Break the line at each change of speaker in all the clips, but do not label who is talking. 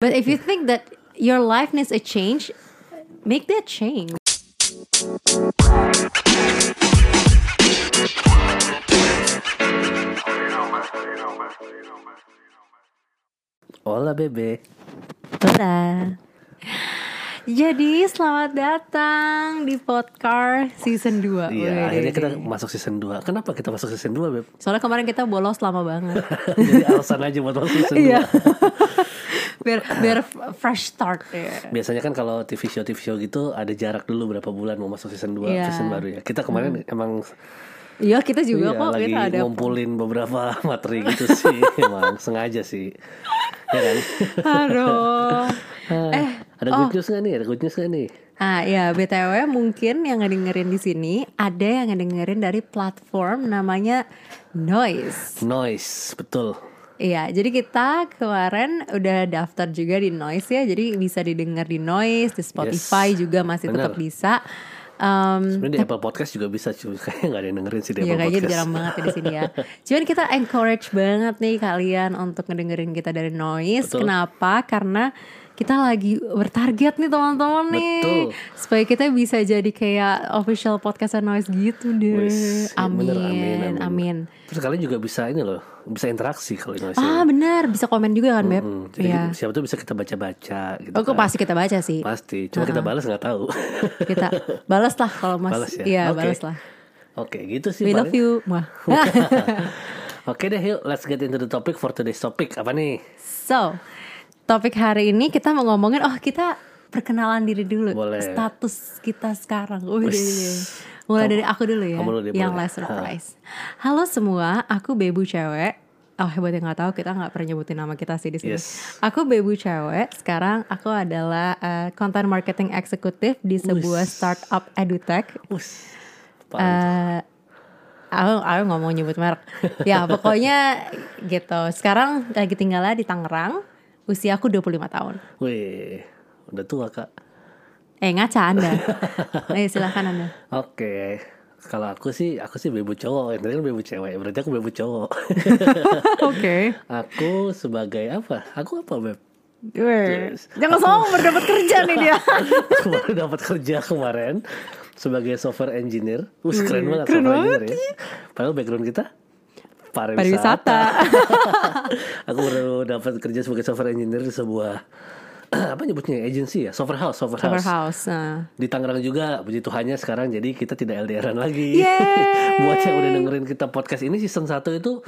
But if you think that your life needs a change, make that change.
Hola bebe.
Tada. Jadi selamat datang di podcast season 2
Iya, akhirnya kita masuk season 2. Kenapa kita masuk season 2, Beb?
Soalnya kemarin kita bolos lama banget
Jadi alasan aja buat masuk season 2.
Iya biar, biar fresh start ya
Biasanya kan kalau TV show TV show gitu ada jarak dulu berapa bulan mau masuk season
Iya.
2,
Hmm.
season baru ya. Kita kemarin emang
Iya kita juga
iya,
kok
lagi
kita ada
ngumpulin beberapa materi gitu sih, emang sengaja sih. Ya kan?
Aduh Eh
Ada good news gak nih? Ada good news gak nih?
Ah ya BTW mungkin yang ngedengerin di sini ada yang ngedengerin dari platform namanya Noise.
Noise, betul.
Iya, jadi kita kemarin udah daftar juga di Noise ya. Jadi bisa didengar di Noise, di Spotify
Yes,
juga masih tetap
benar.
bisa. Um,
Sebenarnya di Apple Podcast juga bisa, cuy. Kayaknya nggak ada yang dengerin sih di
ya
Apple
kayaknya
Podcast.
jarang banget ya di sini ya. Cuman kita encourage banget nih kalian untuk ngedengerin kita dari Noise.
Betul.
Kenapa? Karena kita lagi bertarget nih teman-teman nih.
Betul.
Supaya kita bisa jadi kayak official podcast Noise gitu deh.
Wis, iya,
amin.
bener,
amin.
Terus kalian juga bisa ini loh, bisa interaksi kalau Noise.
Ah, benar, bisa komen juga kan, Beb?
Hmm,
Iya.
jadi siapa tuh bisa kita baca-baca gitu.
Oh, kok
kan.
pasti kita baca sih.
Pasti. Cuma kita balas nggak tahu.
kita balas lah kalau mas
balas ya.
iya
Oke.
balas lah
Oke, gitu sih.
we
paling.
love you Wah.
Oke deh, yuk let's get into the topic for today's topic. Apa nih?
so topik hari ini kita mau ngomongin oh kita perkenalan diri dulu
Boleh.
status kita sekarang Udah.
Wiss.
mulai
Kamu-
dari aku dulu ya
kamu dulu deh,
yang
boleh.
last surprise halo semua aku bebu cewek Oh hebat yang nggak tahu kita nggak pernah nyebutin nama kita sih di sini.
Yes.
Aku bebu cewek. Sekarang aku adalah eh, content marketing eksekutif di sebuah startup edutech
Us.
eh aku, aku nggak mau nyebut merek. Ya pokoknya gitu. Sekarang lagi tinggalnya di Tangerang. Usia aku 25 tahun.
Wih, udah tua kak.
Eh ngaca anda. Eh silahkan anda.
Oke. Kalau aku sih, aku sih bebu cowok. Yang tadi kan bebu cewek. Berarti aku bebu cowok.
Oke.
aku sebagai apa? Aku apa beb?
Jangan sombong dapat kerja nih dia.
aku baru dapat kerja kemarin sebagai software engineer. Us keren banget
keren
software
banget
engineer ya. Padahal background kita pariwisata.
Pariwisata.
aku baru dapat kerja sebagai software engineer di sebuah apa nyebutnya agency ya software house software,
Summer
house.
house. Nah.
di Tangerang juga puji Tuhannya sekarang jadi kita tidak LDRan lagi
Yeay.
buat yang udah dengerin kita podcast ini season 1 itu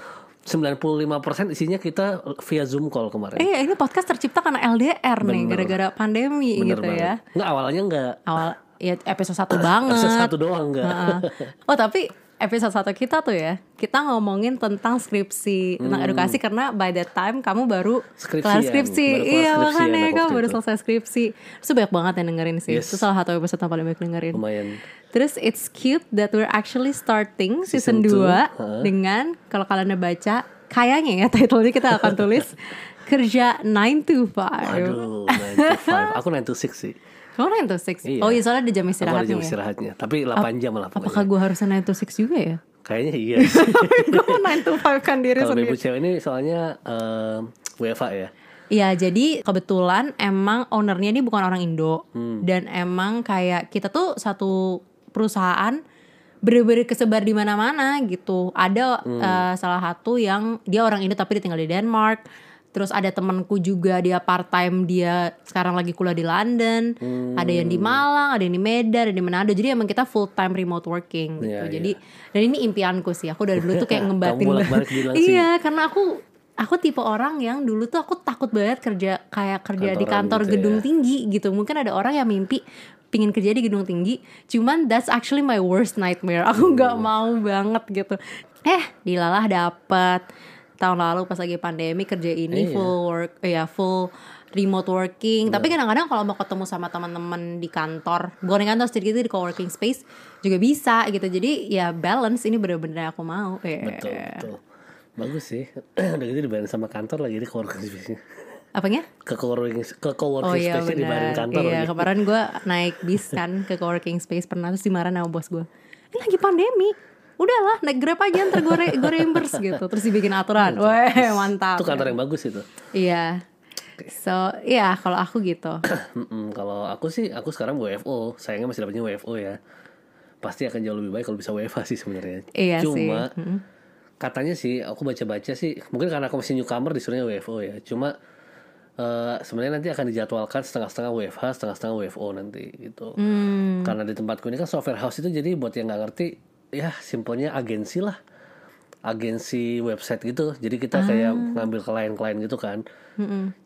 95% isinya kita via zoom call kemarin
Eh ini podcast tercipta karena LDR nih
Bener.
gara-gara pandemi gitu ya.
nggak awalnya nggak
Awal ya episode satu banget.
episode satu doang nggak
Heeh. Oh tapi episode satu kita tuh ya kita ngomongin tentang skripsi tentang edukasi karena by that time kamu baru
Hmm. Skripsian,
kelar skripsi
baru kelar
iya
skripsian
makanya
aku
kamu
waktu
baru
itu.
selesai skripsi terus banyak banget yang dengerin sih
Yes.
itu salah satu episode yang paling banyak dengerin
lumayan
terus it's cute that we're actually starting season,
Season two,
2
heeh.
dengan kalau kalian udah baca kayaknya ya titlenya kita akan tulis kerja 9 to 5
Aduh, 9 to 5. Aku 9 to 6 sih.
kamu 9 to 6
Iya.
oh iya soalnya ada jam
Aku ada
istirahatnya
jam
ya?
istirahatnya. Tapi 8 jam lah
apakah
pokoknya.
gue harusnya 9 to 6 juga ya
Kayaknya iya.
gue mau 9 to 5 kan diri
Kalau
sendiri
ibu cewek ini soalnya em, WFA ya.
Iya jadi kebetulan emang ownernya ini bukan orang Indo
Hmm.
Dan emang kayak kita tuh satu perusahaan bener-bener kesebar di mana-mana gitu Ada
Hmm.
eh, salah satu yang dia orang Indo tapi dia tinggal di Denmark Terus ada temanku juga dia part time dia sekarang lagi kuliah di London
Hmm.
Ada yang di Malang, ada yang di Medan, ada yang di Manado Jadi emang kita full time remote working gitu
Iya,
Jadi dan ini impianku sih aku dari dulu tuh kayak
Kamu
ngebatin
bolak-balik
banget.
bilang sih.
Iya Iya, karena aku aku tipe orang yang dulu tuh aku takut banget kerja kayak kerja di kantor
Kantoran gitu
gedung
ya.
tinggi gitu. Mungkin ada orang yang mimpi pingin kerja di gedung tinggi, cuman that's actually my worst nightmare. Aku nggak mau banget gitu. Eh, dilalah dapat tahun lalu pas lagi pandemi kerja ini
Iya.
full work ya full remote working. Tapi kadang-kadang kalau mau ketemu sama teman-teman di kantor, bukan di kantor sedikit di coworking space juga bisa gitu. Jadi ya balance ini bener-bener yang aku mau. Eh,
Betul, betul. Bagus sih. Udah gitu dibayarin sama kantor lagi di coworking space-nya.
Apanya?
Ke coworking, ke coworking space-nya dibayarin
Oh iya, benar.
kantor
Iya,
lagi.
kemarin gue naik bis kan ke coworking space pernah terus dimarahin sama bos gue. Ini lagi pandemi. Udahlah, naik Grab aja ntar gue re- gue reimburse gitu. Terus dibikin aturan. Weh, mantap.
Itu kantor yang bagus itu.
Iya. So ya kalau aku gitu.
Mm-mm, kalau aku sih aku sekarang WFO sayangnya masih dapatnya WFO ya pasti akan jauh lebih baik kalau bisa WFA sih sebenarnya
Iya sih.
cuma katanya sih aku baca-baca sih mungkin karena aku masih newcomer disuruhnya WFO ya cuma eh, sebenarnya nanti akan dijadwalkan setengah-setengah WFH setengah-setengah WFO nanti gitu
Hmm.
karena di tempatku ini kan software house itu jadi buat yang nggak ngerti ya simpelnya agensi lah agensi website gitu jadi
Ah.
kita kayak ngambil klien-klien gitu kan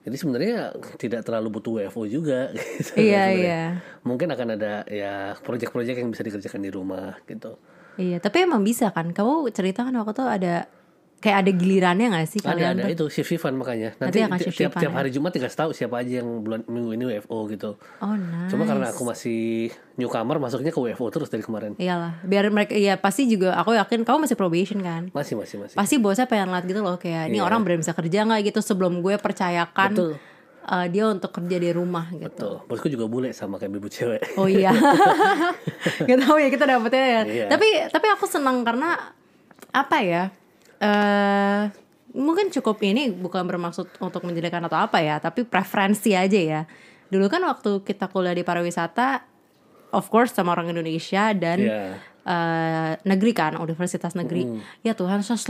jadi sebenarnya tidak terlalu butuh WFO juga gitu
Iya,
sebenarnya.
iya.
mungkin akan ada ya proyek-proyek yang bisa dikerjakan di rumah gitu
Iya, tapi emang bisa kan? Kamu cerita kan waktu tuh ada kayak ada gilirannya nggak sih
ada
kalian
ada
tuh?
itu shift shiftan makanya
Nanti
nanti,
akan
ti-
shift
tiap
shiftan
tiap
ya?
hari Jumat dikasih tahu siapa aja yang bulan minggu ini WFO gitu
Oh nice. Iya.
cuma karena aku masih newcomer masuknya ke WFO terus dari kemarin
Iyalah, biar mereka ya pasti juga aku yakin kamu masih probation kan?
masih masih masih
Pasti bosnya pengen lihat gitu loh kayak ini
Iya.
orang benar bisa kerja nggak gitu sebelum gue percayakan
Betul.
eh, dia untuk kerja di rumah gitu.
Tuh, bosku juga bule sama kayak ibu cewek
Oh iya. Gak tahu ya kita dapetnya ya.
Iya.
Tapi tapi aku senang karena apa ya? Eh mungkin cukup ini bukan bermaksud untuk menjelekan atau apa ya, tapi preferensi aja ya. Dulu kan waktu kita kuliah di pariwisata of course sama orang Indonesia dan
Iya.
eh, negeri kan, universitas negeri. Ya Tuhan, 180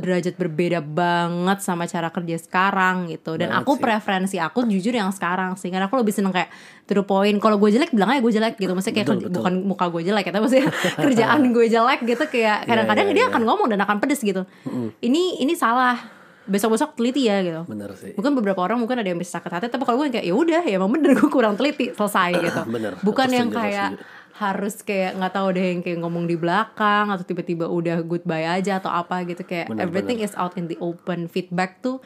derajat berbeda banget sama cara kerja sekarang gitu. Dan
Banget
aku
sih.
preferensi aku jujur yang sekarang sih karena aku lebih seneng kayak to the point kalau gue jelek bilang aja gue jelek gitu maksudnya kayak
Betul,
kerja-
betul.
bukan muka gue jelek ya tapi maksudnya kerjaan gue jelek gitu kayak kadang-kadang
iya,
dia
iya.
akan ngomong dan akan pedes gitu ini ini salah besok-besok teliti ya gitu
bener sih
mungkin beberapa orang mungkin ada yang bisa sakit hati tapi kalau gue kayak ya udah ya emang bener gue kurang teliti selesai gitu
Bener,
bukan
aku
yang
setuju, aku
kayak
setuju.
harus kayak nggak tahu deh yang kayak ngomong di belakang atau tiba-tiba udah goodbye aja atau apa gitu kayak
Bener,
everything is out in the open feedback tuh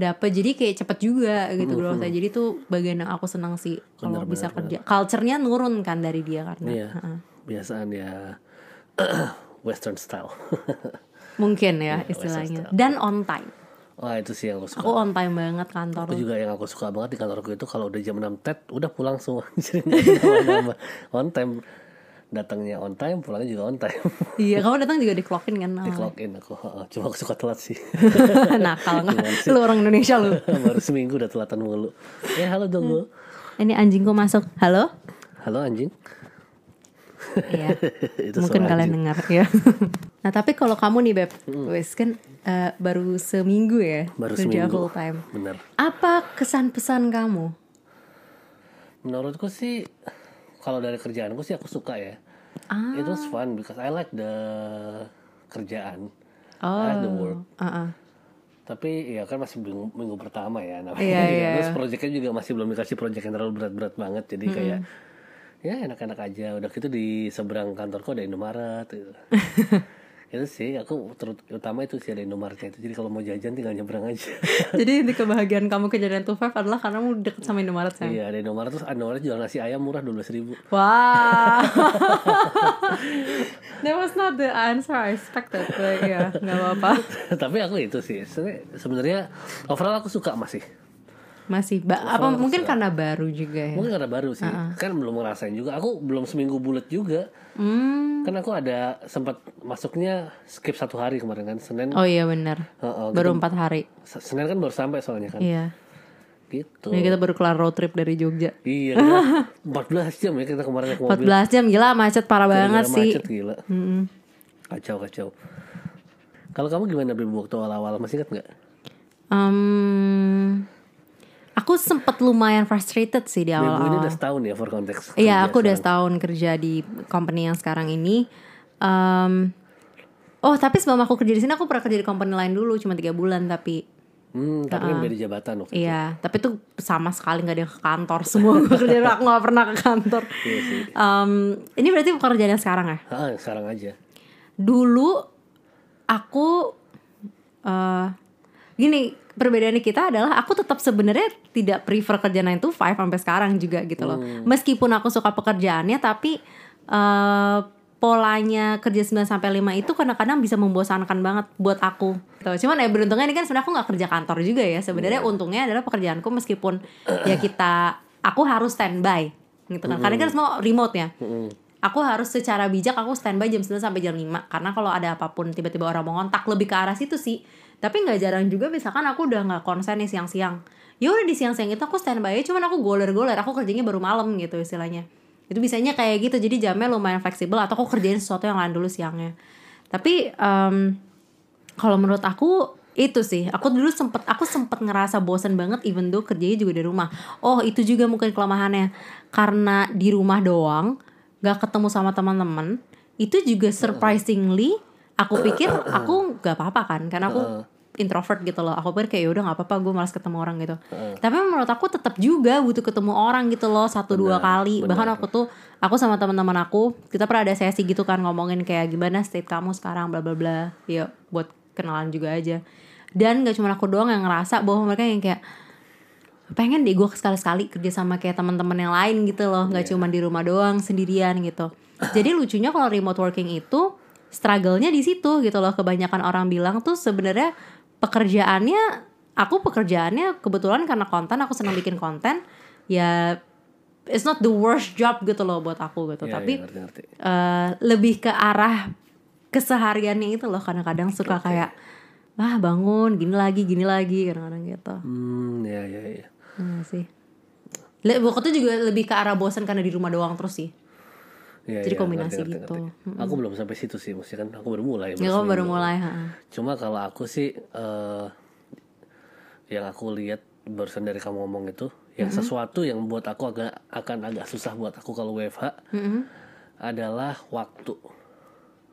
dapat jadi kayak cepet juga gitu loh jadi tuh bagian yang aku senang sih kalau
Hmm, Bener,
bisa
bener,
kerja culture-nya nurun kan dari dia karena
iya
Ha-ha.
biasaan ya western style
mungkin ya
Iya,
istilahnya
western
dan on time
wah Oh, itu sih yang aku suka
aku on time banget kantor
Aku juga yang aku suka banget di kantorku itu kalau udah jam 6 tet udah pulang semua jadi nggak ada nama-nama. on time datangnya on time pulangnya juga on time
iya kamu datang juga di clockin kan
di clock in Iya, aku heeh. cuma aku suka telat sih
nakal nggak lu orang Indonesia lu
baru seminggu udah telatan mulu ya halo dong lu
Hmm. Ini anjingku masuk. Halo?
halo anjing
Iya.
itu
Mungkin
suara
kalian
anjing. Hmm.
dengar ya. nah, tapi kalau kamu nih, Beb, wes kan eh, baru seminggu ya
baru
kerja
seminggu
full time.
bener
Apa kesan pesan kamu?
menurutku sih kalau dari kerjaanku sih aku suka ya
Ah.
it was fun because I like the kerjaan I like the work
Uh-uh.
Tapi ya kan masih minggu, minggu pertama ya namanya.
Iya,
juga.
iya.
Terus proyeknya juga masih belum dikasih proyek yang terlalu berat-berat banget. Jadi kayak ya enak-enak aja. Udah gitu di seberang kantorku ada Indomaret gitu. itu sih aku terutama itu sih ada Indomaretnya itu. Jadi kalau mau jajan tinggal nyebrang aja.
Jadi inti kebahagiaan kamu kejadian tuh Five adalah karena kamu deket sama Indomaret sayang.
Iya ada Indomaret terus Indomaret jual nasi ayam murah 12.000 ribu.
Wow. That was not the answer I expected. But yeah, nggak apa-apa.
Tapi aku itu sih sebenarnya- sebenarnya overall aku suka masih.
Masih ba- apa mungkin karena baru juga ya.
Mungkin karena baru sih. Kan belum ngerasain juga. Aku belum seminggu bulat juga.
Hmm.
Kan aku ada sempat masuknya skip satu hari kemarin kan Senin.
Oh iya benar.
Heeh,
Baru empat hari.
S- Senin kan baru sampai soalnya kan.
Iya.
Gitu.
Ini kita baru kelar road trip dari Jogja.
Iya. kita 14 jam ya kita kemarin naik mobil.
14 jam gila macet parah banget
Gara-gara
sih.
Iya, Macet gila. Kacau kacau. Kalau kamu gimana Beb waktu awal-awal masih ingat nggak?
Em, aku sempet lumayan frustrated sih di
Bebu ini
awal.
udah setahun ya for context.
Iya, aku udah
Kerja
setahun kerja di company yang sekarang ini. Em, oh, tapi sebelum aku kerja di sini aku pernah kerja di company lain dulu cuma tiga bulan tapi
sekarang. Hmm, tapi kan beda jabatan waktu itu.
Iya, tapi itu sama sekali nggak ada yang ke kantor semua gue kerja aku nggak pernah ke kantor.
Iya
Em, ini berarti pekerjaan yang sekarang ya?
Ah, sekarang aja.
dulu aku eh gini perbedaannya kita adalah aku tetap sebenarnya tidak prefer kerja 9 to 5 sampai sekarang juga gitu loh. Meskipun aku suka pekerjaannya tapi eh polanya kerja 9 sampai 5 itu kadang-kadang bisa membosankan banget buat aku. Gitu. Cuman ya beruntungnya ini kan sebenarnya aku nggak kerja kantor juga ya. Sebenarnya untungnya adalah pekerjaanku meskipun ya kita aku harus standby gitu kan. Karena kan semua remote ya aku harus secara bijak aku standby jam 9 sampai jam 5 karena kalau ada apapun tiba-tiba orang mau ngontak lebih ke arah situ sih tapi nggak jarang juga misalkan aku udah nggak konsen nih siang-siang ya udah di siang-siang itu aku standby aja cuman aku goler-goler aku kerjanya baru malam gitu istilahnya itu bisanya kayak gitu jadi jamnya lumayan fleksibel atau aku kerjain sesuatu yang lain dulu siangnya tapi em, kalau menurut aku itu sih aku dulu sempet aku sempet ngerasa bosen banget even though kerjanya juga di rumah oh itu juga mungkin kelemahannya karena di rumah doang nggak ketemu sama teman-teman itu juga surprisingly aku pikir aku nggak apa-apa kan karena aku introvert gitu loh aku pikir kayak yaudah nggak apa-apa gue malas ketemu orang gitu tapi menurut aku tetap juga butuh ketemu orang gitu loh satu dua kali bahkan aku tuh aku sama teman-teman aku kita pernah ada sesi gitu kan ngomongin kayak gimana state kamu sekarang bla bla bla ya buat kenalan juga aja dan gak cuma aku doang yang ngerasa bahwa mereka yang kayak pengen deh gue sekali-sekali kerja sama kayak teman-teman yang lain gitu loh
Iya.
nggak cuma di rumah doang sendirian gitu jadi lucunya kalau remote working itu struggle-nya di situ gitu loh kebanyakan orang bilang tuh sebenarnya pekerjaannya aku pekerjaannya kebetulan karena konten aku senang bikin konten ya it's not the worst job gitu loh buat aku gitu
Iya,
tapi
iya, ngerti, ngerti.
eh, lebih ke arah kesehariannya itu loh kadang-kadang suka kayak wah bangun gini lagi gini lagi kadang-kadang gitu
Hmm, ya ya ya.
Iya sih Le waktu itu juga lebih ke arah bosan karena di rumah doang terus sih
Ya,
Jadi
ya,
kombinasi
ngerti, ngerti,
gitu.
ngerti. Aku belum sampai situ sih, maksudnya kan aku baru mulai.
ya
baru
kamu baru
seminggu.
mulai ha.
Cuma kalau aku sih eh yang aku lihat barusan dari kamu ngomong itu, yang sesuatu yang buat aku agak akan agak susah buat aku kalau WFH
Mm-mm.
adalah waktu.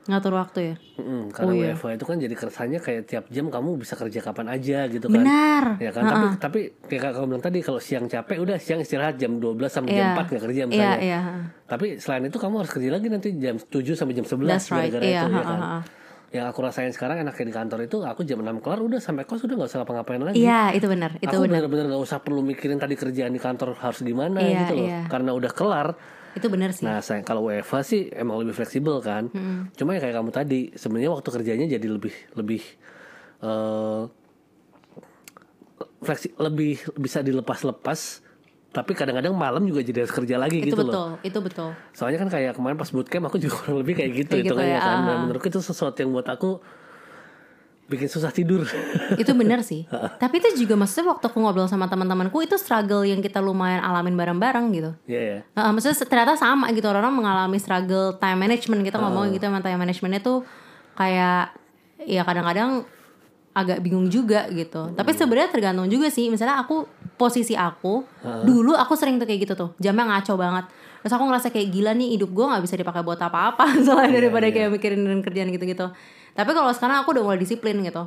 ngatur waktu ya
Mm, karena WFH itu kan jadi kesannya kayak tiap jam kamu bisa kerja kapan aja gitu kan.
benar
Ya kan, tapi tapi kayak kamu bilang tadi kalau siang capek udah siang istirahat jam 12 sampai
Iya.
jam 4 nggak kerja
iya
misalnya.
iya
Tapi selain itu kamu harus kerja lagi nanti jam 7 sampai jam 11
That's right,
gara-gara
iya,
itu ya
ha,
kan.
ha, ha.
Yang aku rasain sekarang enaknya di kantor itu aku jam 6 kelar udah sampai kos udah nggak usah ngapa-ngapain lagi.
iya itu benar itu
aku
benar
benar-benar nggak usah perlu mikirin tadi kerjaan di kantor harus gimana
Iya,
gitu loh.
iya.
Karena udah kelar.
itu benar sih
Nah, saya kalau WFA sih emang lebih fleksibel kan. Cuma ya kayak kamu tadi, sebenarnya waktu kerjanya jadi lebih lebih eh fleksi lebih bisa dilepas-lepas. Tapi kadang-kadang malam juga jadi harus kerja lagi
itu
gitu loh.
betul itu betul
Soalnya kan kayak kemarin pas bootcamp aku juga kurang lebih kayak gitu
Kayak gitu
hitungannya
ya,
kan. Dan
ah.
menurutku itu sesuatu yang buat aku bikin susah tidur.
itu benar sih tapi itu juga maksudnya waktu aku ngobrol sama teman-temanku itu struggle yang kita lumayan alamin bareng-bareng gitu
Iya ya.
Heeh, maksudnya se- ternyata sama gitu orang-orang mengalami struggle time management kita ngomong gitu emang time managementnya tuh kayak ya kadang-kadang agak bingung juga gitu tapi sebenarnya tergantung juga sih misalnya aku posisi aku dulu aku sering tuh kayak gitu tuh jamnya ngaco banget terus aku ngerasa kayak gila nih hidup gue nggak bisa dipakai buat apa-apa selain daripada kayak mikirin kerjaan gitu-gitu tapi kalau sekarang aku udah mulai disiplin gitu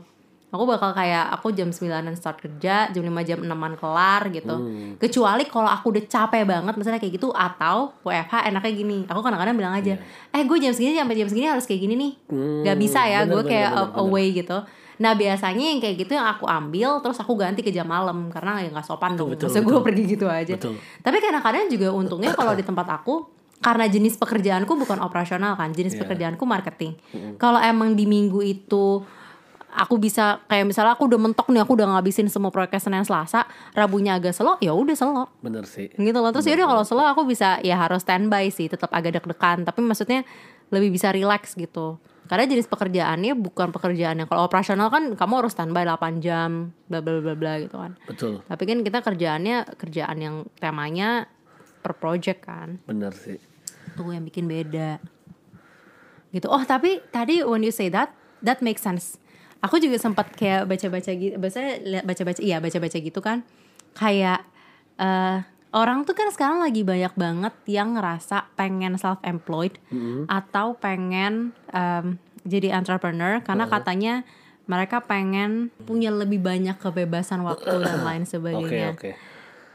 aku bakal kayak aku jam 9-an start kerja jam 5 jam 6-an kelar gitu
Hmm.
kecuali kalau aku udah capek banget misalnya kayak gitu atau WFH enaknya gini aku kadang-kadang bilang aja eh gue jam segini sampai jam segini harus kayak gini nih nggak bisa ya
Iya. Hmm, bener,
gue
bener,
kayak
bener,
a- away gitu nah biasanya yang kayak gitu yang aku ambil terus aku ganti ke jam malam karena ya nggak sopan dong
Betul,
maksud gue pergi gitu aja
Betul.
tapi kadang-kadang juga untungnya kalau di tempat aku karena jenis pekerjaanku bukan operasional kan, jenis pekerjaanku marketing. Kalau emang di minggu itu aku bisa kayak misalnya aku udah mentok nih, aku udah ngabisin semua proyek Senin Selasa, Rabunya agak slow, ya udah slow
Bener sih.
gitu loh. Terus yaudah kalau slow aku bisa ya harus standby sih, tetap agak deg-degan, tapi maksudnya lebih bisa relax gitu. Karena jenis pekerjaannya bukan pekerjaan yang kalau operasional kan kamu harus standby 8 jam, bla bla bla bla gitu kan.
Betul.
Tapi kan kita kerjaannya kerjaan yang temanya per project kan.
Bener sih.
Tuh yang bikin beda. Gitu. Oh, tapi tadi when you say that, that makes sense. Aku juga sempat kayak baca-baca gitu, biasanya baca-baca iya baca-baca gitu kan. Kayak eh orang tuh kan sekarang lagi banyak banget yang ngerasa pengen self employed
Mm-hmm.
atau pengen em, jadi entrepreneur karena katanya mereka pengen punya lebih banyak kebebasan waktu dan lain
Oke
sebagainya.
oke.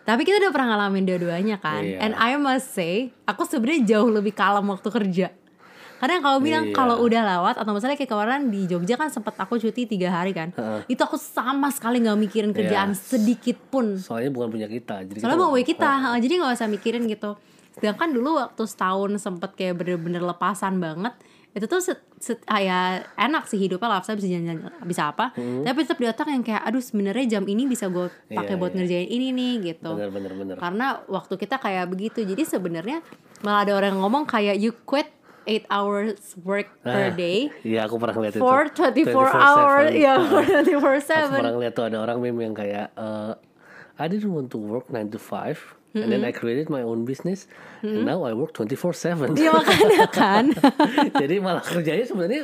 Tapi kita udah pernah ngalamin dua-duanya kan.
Iya.
And I must say, aku sebenarnya jauh lebih kalem waktu kerja. Karena kalau bilang
Iya.
kalau udah lewat atau misalnya kayak kemarin di Jogja kan sempat aku cuti tiga hari kan, itu aku sama sekali nggak mikirin kerjaan
Iya.
sedikit pun.
Soalnya bukan punya kita. Jadi
Soalnya
kita-
bawa kita, ha, jadi nggak usah mikirin gitu. Sedangkan dulu waktu setahun sempet kayak bener-bener lepasan banget, itu tuh set, set- ah, ya, enak sih hidupnya lah, bisa jalan-jalan, bisa apa. Tapi tetap di otak yang kayak, aduh sebenarnya jam ini bisa gue pakai
Hmm. Iya,
buat
iya.
ngerjain ini nih gitu
Bener bener bener.
karena waktu kita kayak begitu jadi sebenarnya malah ada orang yang ngomong kayak you quit 8 hours work per day
Iya aku pernah ngeliat itu
for 24 hours
24/7.
ya for
Aku
24/7
pernah ngeliat tuh ada orang meme yang kayak eh, I didn't want to work 9 to 5 And then I created my own business And now I work 24-7
Iya makanya kan
Jadi malah kerjanya sebenarnya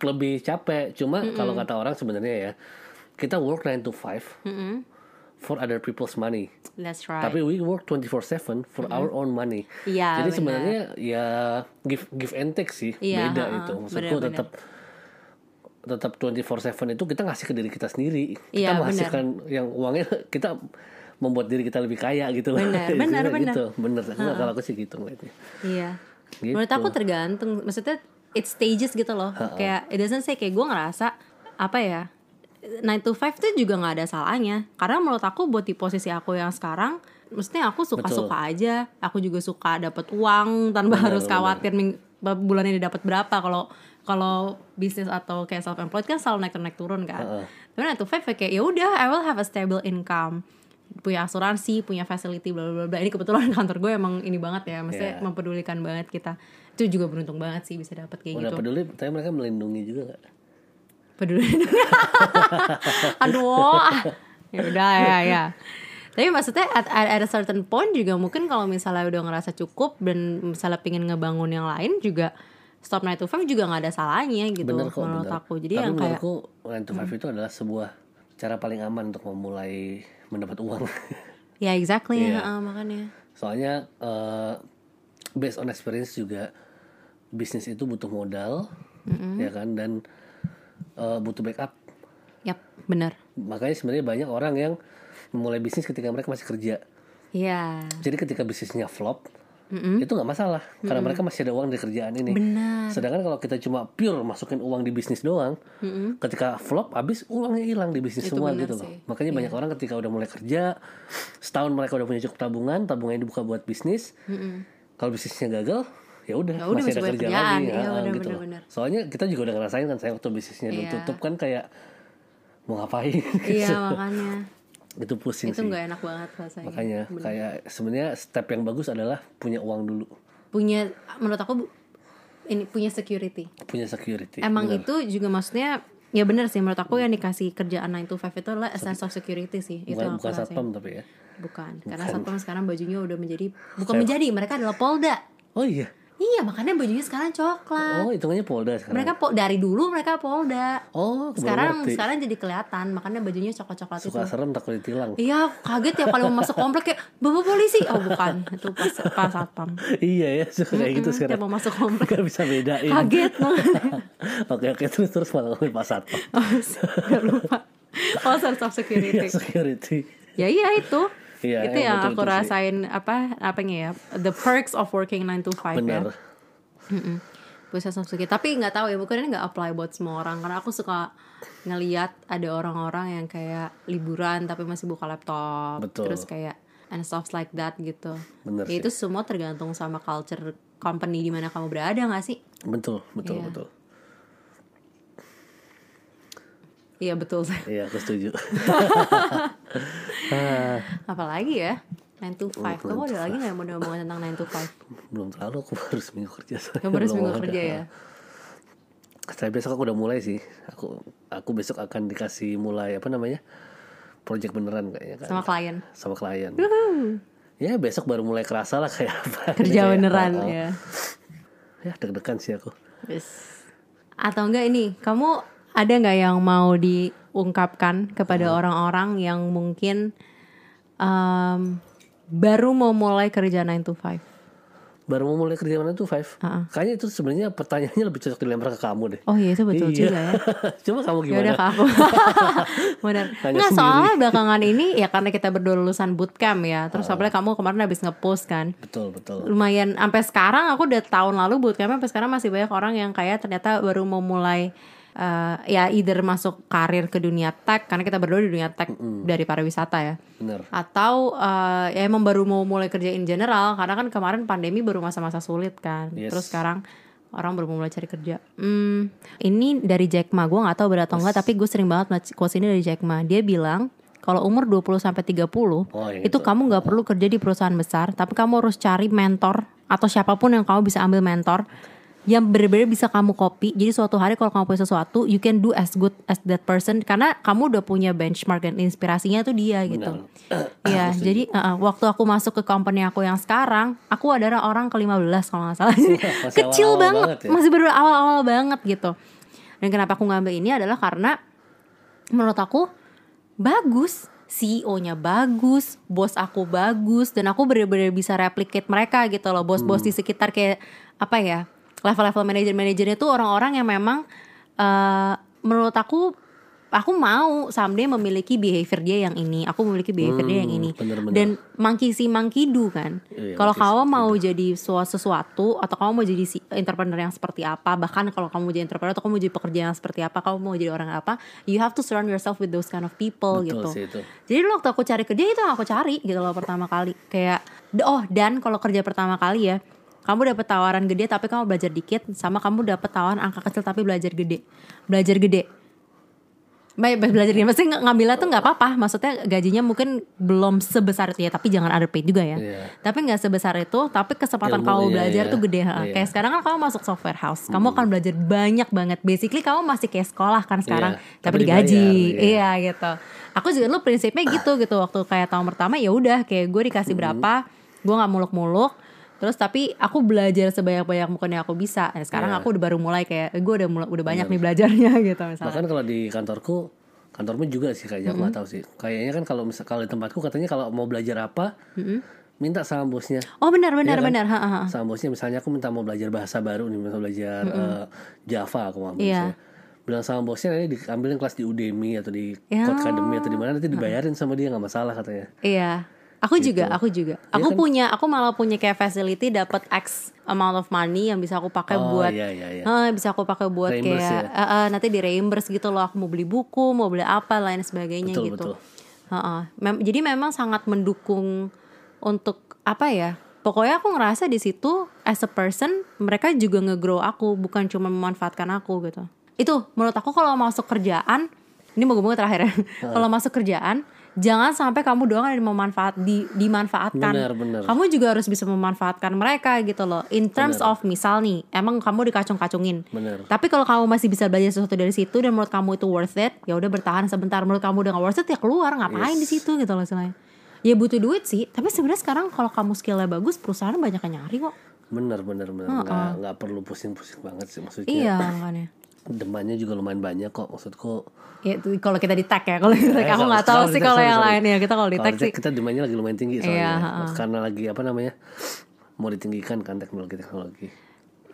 lebih capek Cuma kalau kata orang sebenarnya ya Kita work 9 to 5 For other people's money
That's right
Tapi we work 24-7 for our own money
Iya,
Jadi
benar.
sebenarnya ya give, give and take sih
Iya,
Beda
ha-ha,
itu Maksudku
benar-benar.
tetap tetap 24/7 itu kita ngasih ke diri kita sendiri.
Iya,
Kita menghasilkan yang uangnya kita membuat diri kita lebih kaya gitu loh.
Benar,
Istilahnya
benar, benar.
Gitu. Benar, aku kalau aku sih gitu ngeliatnya.
Iya.
Gitu.
Menurut aku tergantung. Maksudnya it stages gitu loh. Kayak it doesn't say kayak gue ngerasa apa ya 9 to 5 tuh juga nggak ada salahnya. Karena menurut aku buat di posisi aku yang sekarang Maksudnya aku suka-suka aja. Aku juga suka dapat uang tanpa harus khawatir ming- bulan ini dapat berapa kalau kalau bisnis atau kayak self employed kan selalu naik turun naik turun kan. Tapi 9 to 5 kayak ya udah I will have a stable income. Punya asuransi, punya facility bla bla bla. Ini kebetulan kantor gue emang ini banget ya maksudnya
Iya.
mempedulikan banget kita itu juga beruntung banget sih bisa dapat kayak
Udah
gitu
peduli, tapi mereka melindungi juga gak?
peduli aduh ah. ya udah ya ya tapi maksudnya at, at, at a certain point juga mungkin kalau misalnya udah ngerasa cukup dan misalnya pingin ngebangun yang lain juga stop night to five juga nggak ada salahnya gitu
Bener kok,
menurut
bener.
aku jadi
tapi
yang kayak Hmm.
menurutku 9 to 5 itu adalah sebuah cara paling aman untuk memulai mendapat uang.
ya exactly
Iya.
heeh, makanya
Soalnya eh, based on experience juga bisnis itu butuh modal,
Hmm.
ya kan dan eh, butuh backup.
yap bener
Makanya sebenarnya banyak orang yang memulai bisnis ketika mereka masih kerja.
ya
Jadi ketika bisnisnya flop, itu nggak masalah karena mereka masih ada uang dari kerjaan ini.
Benar.
Sedangkan kalau kita cuma pure masukin uang di bisnis doang, ketika flop habis uangnya hilang di bisnis semua
benar
gitu loh.
sih. Iya.
Makanya banyak orang ketika udah mulai kerja, setahun mereka udah punya cukup tabungan, tabungannya dibuka buat bisnis. Kalau bisnisnya gagal, ya
Ya
udah
udah, masih
masih ada
banyak
kerja
kerjaan.
lagi
Iya,
Ah,
benar,
gitu.
benar,
loh.
benar.
Soalnya kita juga udah ngerasain kan saya waktu bisnisnya
Iya.
ditutup kan kayak mau ngapain
iya makanya
itu pusing
itu
sih
nggak enak banget rasanya
makanya kayak sebenarnya step yang bagus adalah punya uang dulu
punya menurut aku bu- ini punya security
punya security
Emang
Bener.
itu juga maksudnya ya benar sih menurut aku yang dikasih kerjaan 9 to 5 itu adalah a sense of security sih. itu
bukan
yang aku
bukan
rasain.
satpam tapi ya
Bukan, karena satpam sekarang bajunya udah menjadi bukan menjadi, mereka adalah polda.
oh iya
Iya, makanya bajunya sekarang coklat.
oh hitungannya polda sekarang
Mereka po- dari dulu mereka polda.
oh aku baru
Sekarang
ngerti.
sekarang jadi kelihatan, makanya bajunya coklat-coklat itu.
suka serem takut ditilang
Iya, aku kaget ya kalau mau masuk komplek kayak bapak polisi. Oh, bukan. Itu pas pas satpam.
iya ya suka kayak gitu
Hmm, Tiap
sekarang gitu.
mau masuk komplek
nggak bisa bedain
kaget banget.
oke oke terus terus malah ngomongin pak satpam
Oh, nggak lupa. Oh, sense of security.
Iya, security
ya iya itu
Iya,
itu
emang
yang
betul
aku
itu sih.
rasain apa apanya ya the perks of working 9 to 5 ya
benar
Business of skill. tapi nggak tahu ya mungkin ini nggak apply buat semua orang karena aku suka ngeliat ada orang-orang yang kayak liburan tapi masih buka laptop
Betul.
terus kayak and stuff like that gitu
Bener
Ya, itu semua tergantung sama culture company di mana kamu berada nggak sih
betul betul
Iya.
betul
iya betul
iya aku setuju
apalagi ya 9 to 5
9
kamu ada lagi nggak yang mau ngomongin tentang 9 to 5
belum terlalu aku baru seminggu kerja soalnya
kamu baru
belum
seminggu
ada.
kerja ya
Tapi besok aku udah mulai sih. Aku aku besok akan dikasih mulai apa namanya? Project beneran kayaknya kan.
sama klien
Sama klien. Ya besok baru mulai kerasa lah kayak apa.
kerja
Kayak,
beneran
oh, oh.
ya
Ya deg-degan sih aku.
Yes. Atau enggak ini, kamu ada nggak yang mau diungkapkan
Hmm.
kepada orang-orang yang mungkin em, baru mau mulai kerja 9 to 5?
Baru mau mulai kerja mana tuh Five? Kayaknya itu sebenarnya pertanyaannya lebih cocok dilempar ke kamu deh.
Uh-uh. Oh iya itu betul
Iya.
juga ya.
Cuma kamu
Ya udah
gimana?
ke aku. Benar.
Tanya
Nggak,
sendiri.
soalnya belakangan ini ya karena kita berdua lulusan bootcamp ya.
Ah.
Terus apalagi kamu kemarin habis ngepost kan.
Betul betul.
lumayan sampai sekarang aku udah tahun lalu bootcamp sampai sekarang masih banyak orang yang kayak ternyata baru mau mulai eh, ya either masuk karir ke dunia tech karena kita berdua di dunia tech dari pariwisata ya
Bener.
atau eh, ya emang baru mau mulai kerja in general karena kan kemarin pandemi baru masa-masa sulit kan
Yes.
terus sekarang orang baru mulai cari kerja hmm, ini dari Jack Ma gue nggak tahu berat atau enggak tapi gue sering banget baca quotes ini dari Jack Ma dia bilang kalau umur 20 sampai 30
Oh, iya
itu kamu nggak perlu kerja di perusahaan besar tapi kamu harus cari mentor atau siapapun yang kamu bisa ambil mentor yang benar-benar bisa kamu copy. Jadi suatu hari kalau kamu punya sesuatu, you can do as good as that person karena kamu udah punya benchmark dan inspirasinya tuh dia gitu. Iya, jadi uh-uh, waktu aku masuk ke company aku yang sekarang, aku adalah orang ke-15 kalau nggak salah. Jadi
Masih
Kecil
awal-awal
banget,
banget ya?
masih baru awal-awal banget gitu. Dan kenapa aku ngambil ini adalah karena menurut aku bagus CEO-nya bagus, bos aku bagus, dan aku bener-bener bisa replicate mereka gitu loh, bos-bos
Hmm.
di sekitar kayak apa ya level-level manajer-manajernya tuh orang-orang yang memang eh, menurut aku aku mau someday memiliki behavior dia yang ini, aku memiliki behavior dia yang
Hmm,
ini,
bener-bener.
dan monkey see monkey do kan.
Iya,
kalau
monkey see
kamu mau jadi sua- sesuatu atau kamu mau jadi si- entrepreneur yang seperti apa, bahkan kalau kamu mau jadi entrepreneur atau kamu mau jadi pekerja yang seperti apa, kamu mau jadi orang apa, you have to surround yourself with those kind of people
Betul
gitu.
sih itu.
Jadi dulu waktu aku cari kerja itu yang aku cari gitu loh pertama kali. Kayak d- oh dan kalau kerja pertama kali ya, kamu dapat tawaran gede tapi kamu belajar dikit sama kamu dapat tawaran angka kecil tapi belajar gede. Belajar gede. Baik, baik, belajar gede pasti ng- ngambilnya tuh nggak apa-apa. Maksudnya gajinya mungkin belum sebesar itu ya, tapi jangan underpaid juga ya.
Iya.
Tapi nggak sebesar itu, tapi kesempatan
Ilmu,
kamu
iya,
belajar
iya.
tuh gede. ha.
Iya. Hmm.
Kayak sekarang kan kamu masuk software house, kamu akan belajar banyak banget. Basically kamu masih kayak sekolah kan sekarang,
Iya,
tapi,
tapi dibayar,
digaji.
iya.
Iya ya gitu aku juga lu prinsipnya gitu gitu waktu kayak tahun pertama ya udah kayak gue dikasih
Hmm.
berapa gue nggak muluk-muluk terus tapi aku belajar sebanyak-banyak mungkin yang aku bisa nah, sekarang
Iya.
aku udah baru mulai kayak eh, gue udah mulai udah banyak nih belajarnya gitu misalnya
Bahkan kalau di kantorku, kantormu juga sih kayaknya aku nggak tahu sih. Kayaknya kan kalau misal kalau di tempatku katanya kalau mau belajar apa, minta sama bosnya.
oh benar benar
Iya kan?
benar ha, ha, ha.
Sama bosnya misalnya aku minta mau belajar bahasa baru nih, mau belajar eh, Java aku mau ambil
Iya.
misalnya. Bilang sama bosnya nanti diambilin kelas di Udemy atau di
Ya.
Code Academy atau di mana nanti dibayarin sama dia nggak masalah katanya.
Iya. Aku
Gitu.
juga, aku juga.
Iya
Aku
kan?
punya, aku malah punya kayak facility dapat X amount of money yang bisa aku pakai
Oh,
buat
iya, iya, iya.
Eh, bisa aku pakai buat
Reimburse
kayak
ya?
eh, eh, nanti di reimburse gitu loh, aku mau beli buku, mau beli apa lain sebagainya
Betul,
gitu.
betul.
Heeh. Mem- jadi memang sangat mendukung untuk apa ya? Pokoknya aku ngerasa di situ as a person mereka juga nge-grow aku, bukan cuma memanfaatkan aku gitu. Itu menurut aku kalau masuk kerjaan ini mau gue terakhir ya. Kalau masuk kerjaan, jangan sampai kamu doang yang memanfaat di dimanfaatkan.
Benar, benar.
Kamu juga harus bisa memanfaatkan mereka gitu loh. In terms of misal nih, emang kamu dikacung-kacungin.
Benar.
Tapi kalau kamu masih bisa belajar sesuatu dari situ dan menurut kamu itu worth it, ya udah bertahan sebentar. Menurut kamu udah gak worth it ya keluar ngapain di situ gitu loh istilahnya. Ya butuh duit sih, tapi sebenarnya sekarang kalau kamu skillnya bagus, perusahaan banyak yang nyari kok.
Bener bener bener nggak nggak perlu pusing-pusing banget sih maksudnya.
Iya makanya.
Demannya juga lumayan banyak kok maksudku.
Ya, itu kalau kita di tag ya, kalau di tag
Eh,
aku
kalau-
nggak tahu
kalau
sih
di tag,
kalau
sorry,
yang
sorry.
lain ya kita kalau di
Kalau
tag
di tag
sih.
kita demandnya lagi lumayan tinggi soalnya
Iya,
karena lagi apa namanya mau ditinggikan kan teknologi teknologi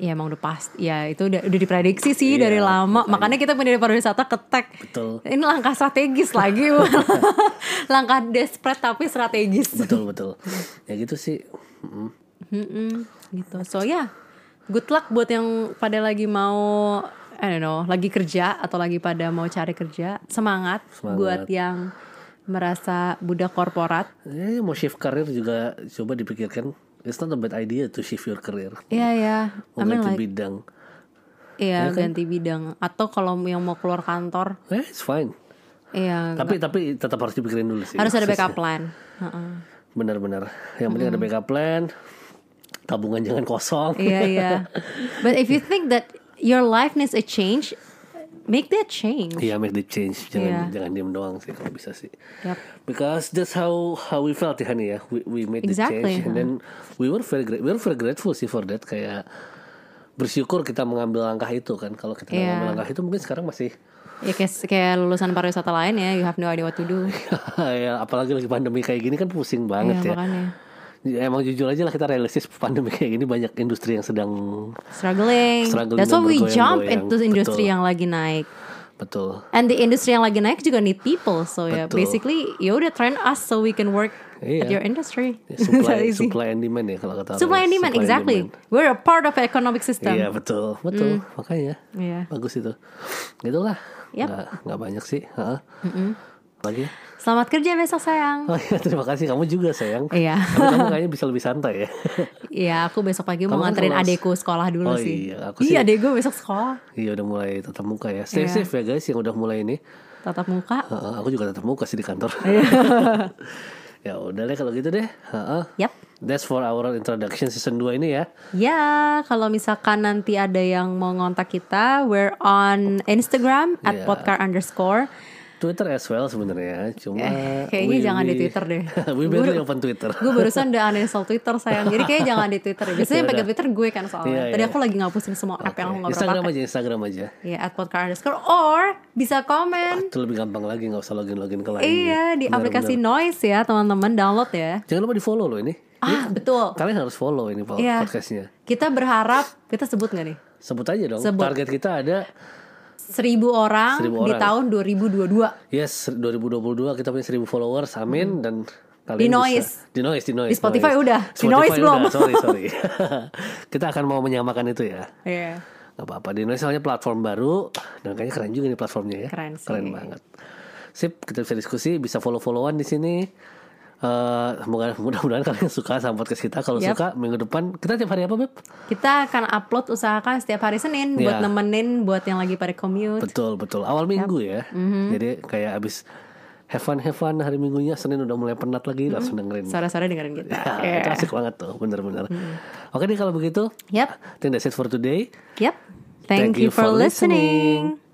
Ya emang udah pasti, ya itu udah, udah diprediksi sih dari lama. Makanya kita pindah dari pariwisata ke tag.
Iya, betul
Ini langkah strategis lagi, langkah desperate tapi strategis.
betul betul ya gitu sih Mm-mm.
Mm-mm, gitu. So ya, good luck buat yang pada lagi mau I don't know, lagi kerja atau lagi pada mau cari kerja. Semangat,
Semangat.
buat yang merasa budak korporat.
Eh, mau shift karir juga coba dipikirkan it's not a bad idea to shift your career
Iya ya, I
Hmm. mau
mean
ganti
like
bidang
iya ganti bidang atau kalau yang mau keluar kantor,
eh it's fine
iya
tapi tapi tetap harus dipikirin dulu sih
harus ada backup plan. Heeh.
benar-benar yang penting ada backup plan tabungan jangan kosong
Iya iya. But if you think that your life needs a change, make that change.
Iya, make the change. Jangan
Iya.
jangan diem doang sih kalau bisa sih.
Yap.
Because that's how how we felt ya Hani ya. We we made the
Exactly,
change and then we were very gra- we were very grateful sih for that kayak bersyukur kita mengambil langkah itu kan. Kalau kita nggak
Iya.
mengambil langkah itu mungkin sekarang masih
Ya kayak, kayak lulusan pariwisata lain ya, you have no idea what to do.
ya apalagi lagi pandemi kayak gini kan pusing banget
Iya,
ya.
makanya.
Ya, Emang jujur aja lah kita realistis pandemi kayak gini banyak industri yang sedang
struggling.
Struggling
That's why
dan
we
bergoyang-goyang.
jump into industri
Betul.
yang lagi naik.
betul.
And the industry yang lagi naik juga need people. So ya
Betul.
basically ya udah train us so we can work
Iya.
at your industry. That
ya, Supply,
easy.
supply and demand ya kalau kata orang.
Supply and demand
Supply
exactly.
demand.
We're a part of the economic system.
Iya betul betul makanya
Iya.
bagus itu gitulah
Yap.
nggak nggak banyak sih Heeh. lagi
Selamat kerja besok sayang.
oh iya terima kasih kamu juga sayang
Iya.
Tapi kamu kayaknya bisa lebih santai ya
Iya, aku besok pagi
Kamu
mau
kan
nganterin
kalau-
adekku sekolah dulu
Oh
sih.
iya, aku sih-
adek gue besok sekolah
iya udah mulai tatap muka ya stay
Iya.
safe ya guys yang udah mulai ini
tatap muka. Iya.
Heeh, aku juga tatap muka sih di kantor Ya udah deh kalau gitu deh. Ha-ha.
Yap.
That's for our introduction season 2 ini ya.
Ya, kalau misalkan nanti ada yang mau ngontak kita, we're on Instagram at
Iya.
podcar underscore.
Twitter as well sebenarnya. Cuma
Eh, Kayaknya jangan di Twitter deh.
we barely open Twitter.
Gue barusan udah uninstall Twitter sayang. Jadi kayaknya jangan di Twitter. deh. Biasanya yang pegang
Yaudah.
Twitter gue kan soalnya.
Ya Iya,
Tadi
iya.
aku lagi ngapusin semua app yang aku nggak pernah
Instagram
pakai.
aja, Instagram aja.
Ya, at podcar underscore or bisa komen.
Itu lebih gampang lagi nggak usah login-login ke lain.
Iya, di aplikasi Noise ya, teman-teman download ya.
Jangan lupa di follow loh ini.
Ah, betul.
Kalian harus follow ini po-
Iya.
podcastnya.
Kita berharap kita sebut nggak nih?
Sebut aja dong.
Sebut.
Target kita ada
Seribu orang,
Seribu
di
orang.
tahun 2022
yes 2022 kita punya 1000 followers. Amin dan
Hmm.
kalian
Di
bisa-
Noise.
di noise, di noise.
Di Spotify udah. Di
Spotify
Noise belum.
udah, Sorry, sorry. kita akan mau menyamakan itu ya.
Iya.
Gak apa-apa di Indonesia soalnya platform baru dan kayaknya keren juga nih platformnya ya.
Keren sih.
Keren banget. Sip, kita bisa diskusi, bisa follow-followan di sini. Eh, semoga mudah-mudahan kalian suka sama podcast kita. Kalau
Yap.
suka minggu depan kita tiap hari apa, Beb?
Kita akan upload usahakan setiap hari Senin buat
Iya.
nemenin buat yang lagi pada commute.
Betul, betul. Awal minggu ya. Jadi kayak abis have fun, have fun hari minggunya Senin udah mulai penat lagi langsung dengerin.
Sore-sore dengerin kita.
Ya,
Iya.
Itu asik banget tuh, bener-bener. Oke deh kalau begitu,
Yep.
I think that's it for today.
Yep. Thank, you for listening.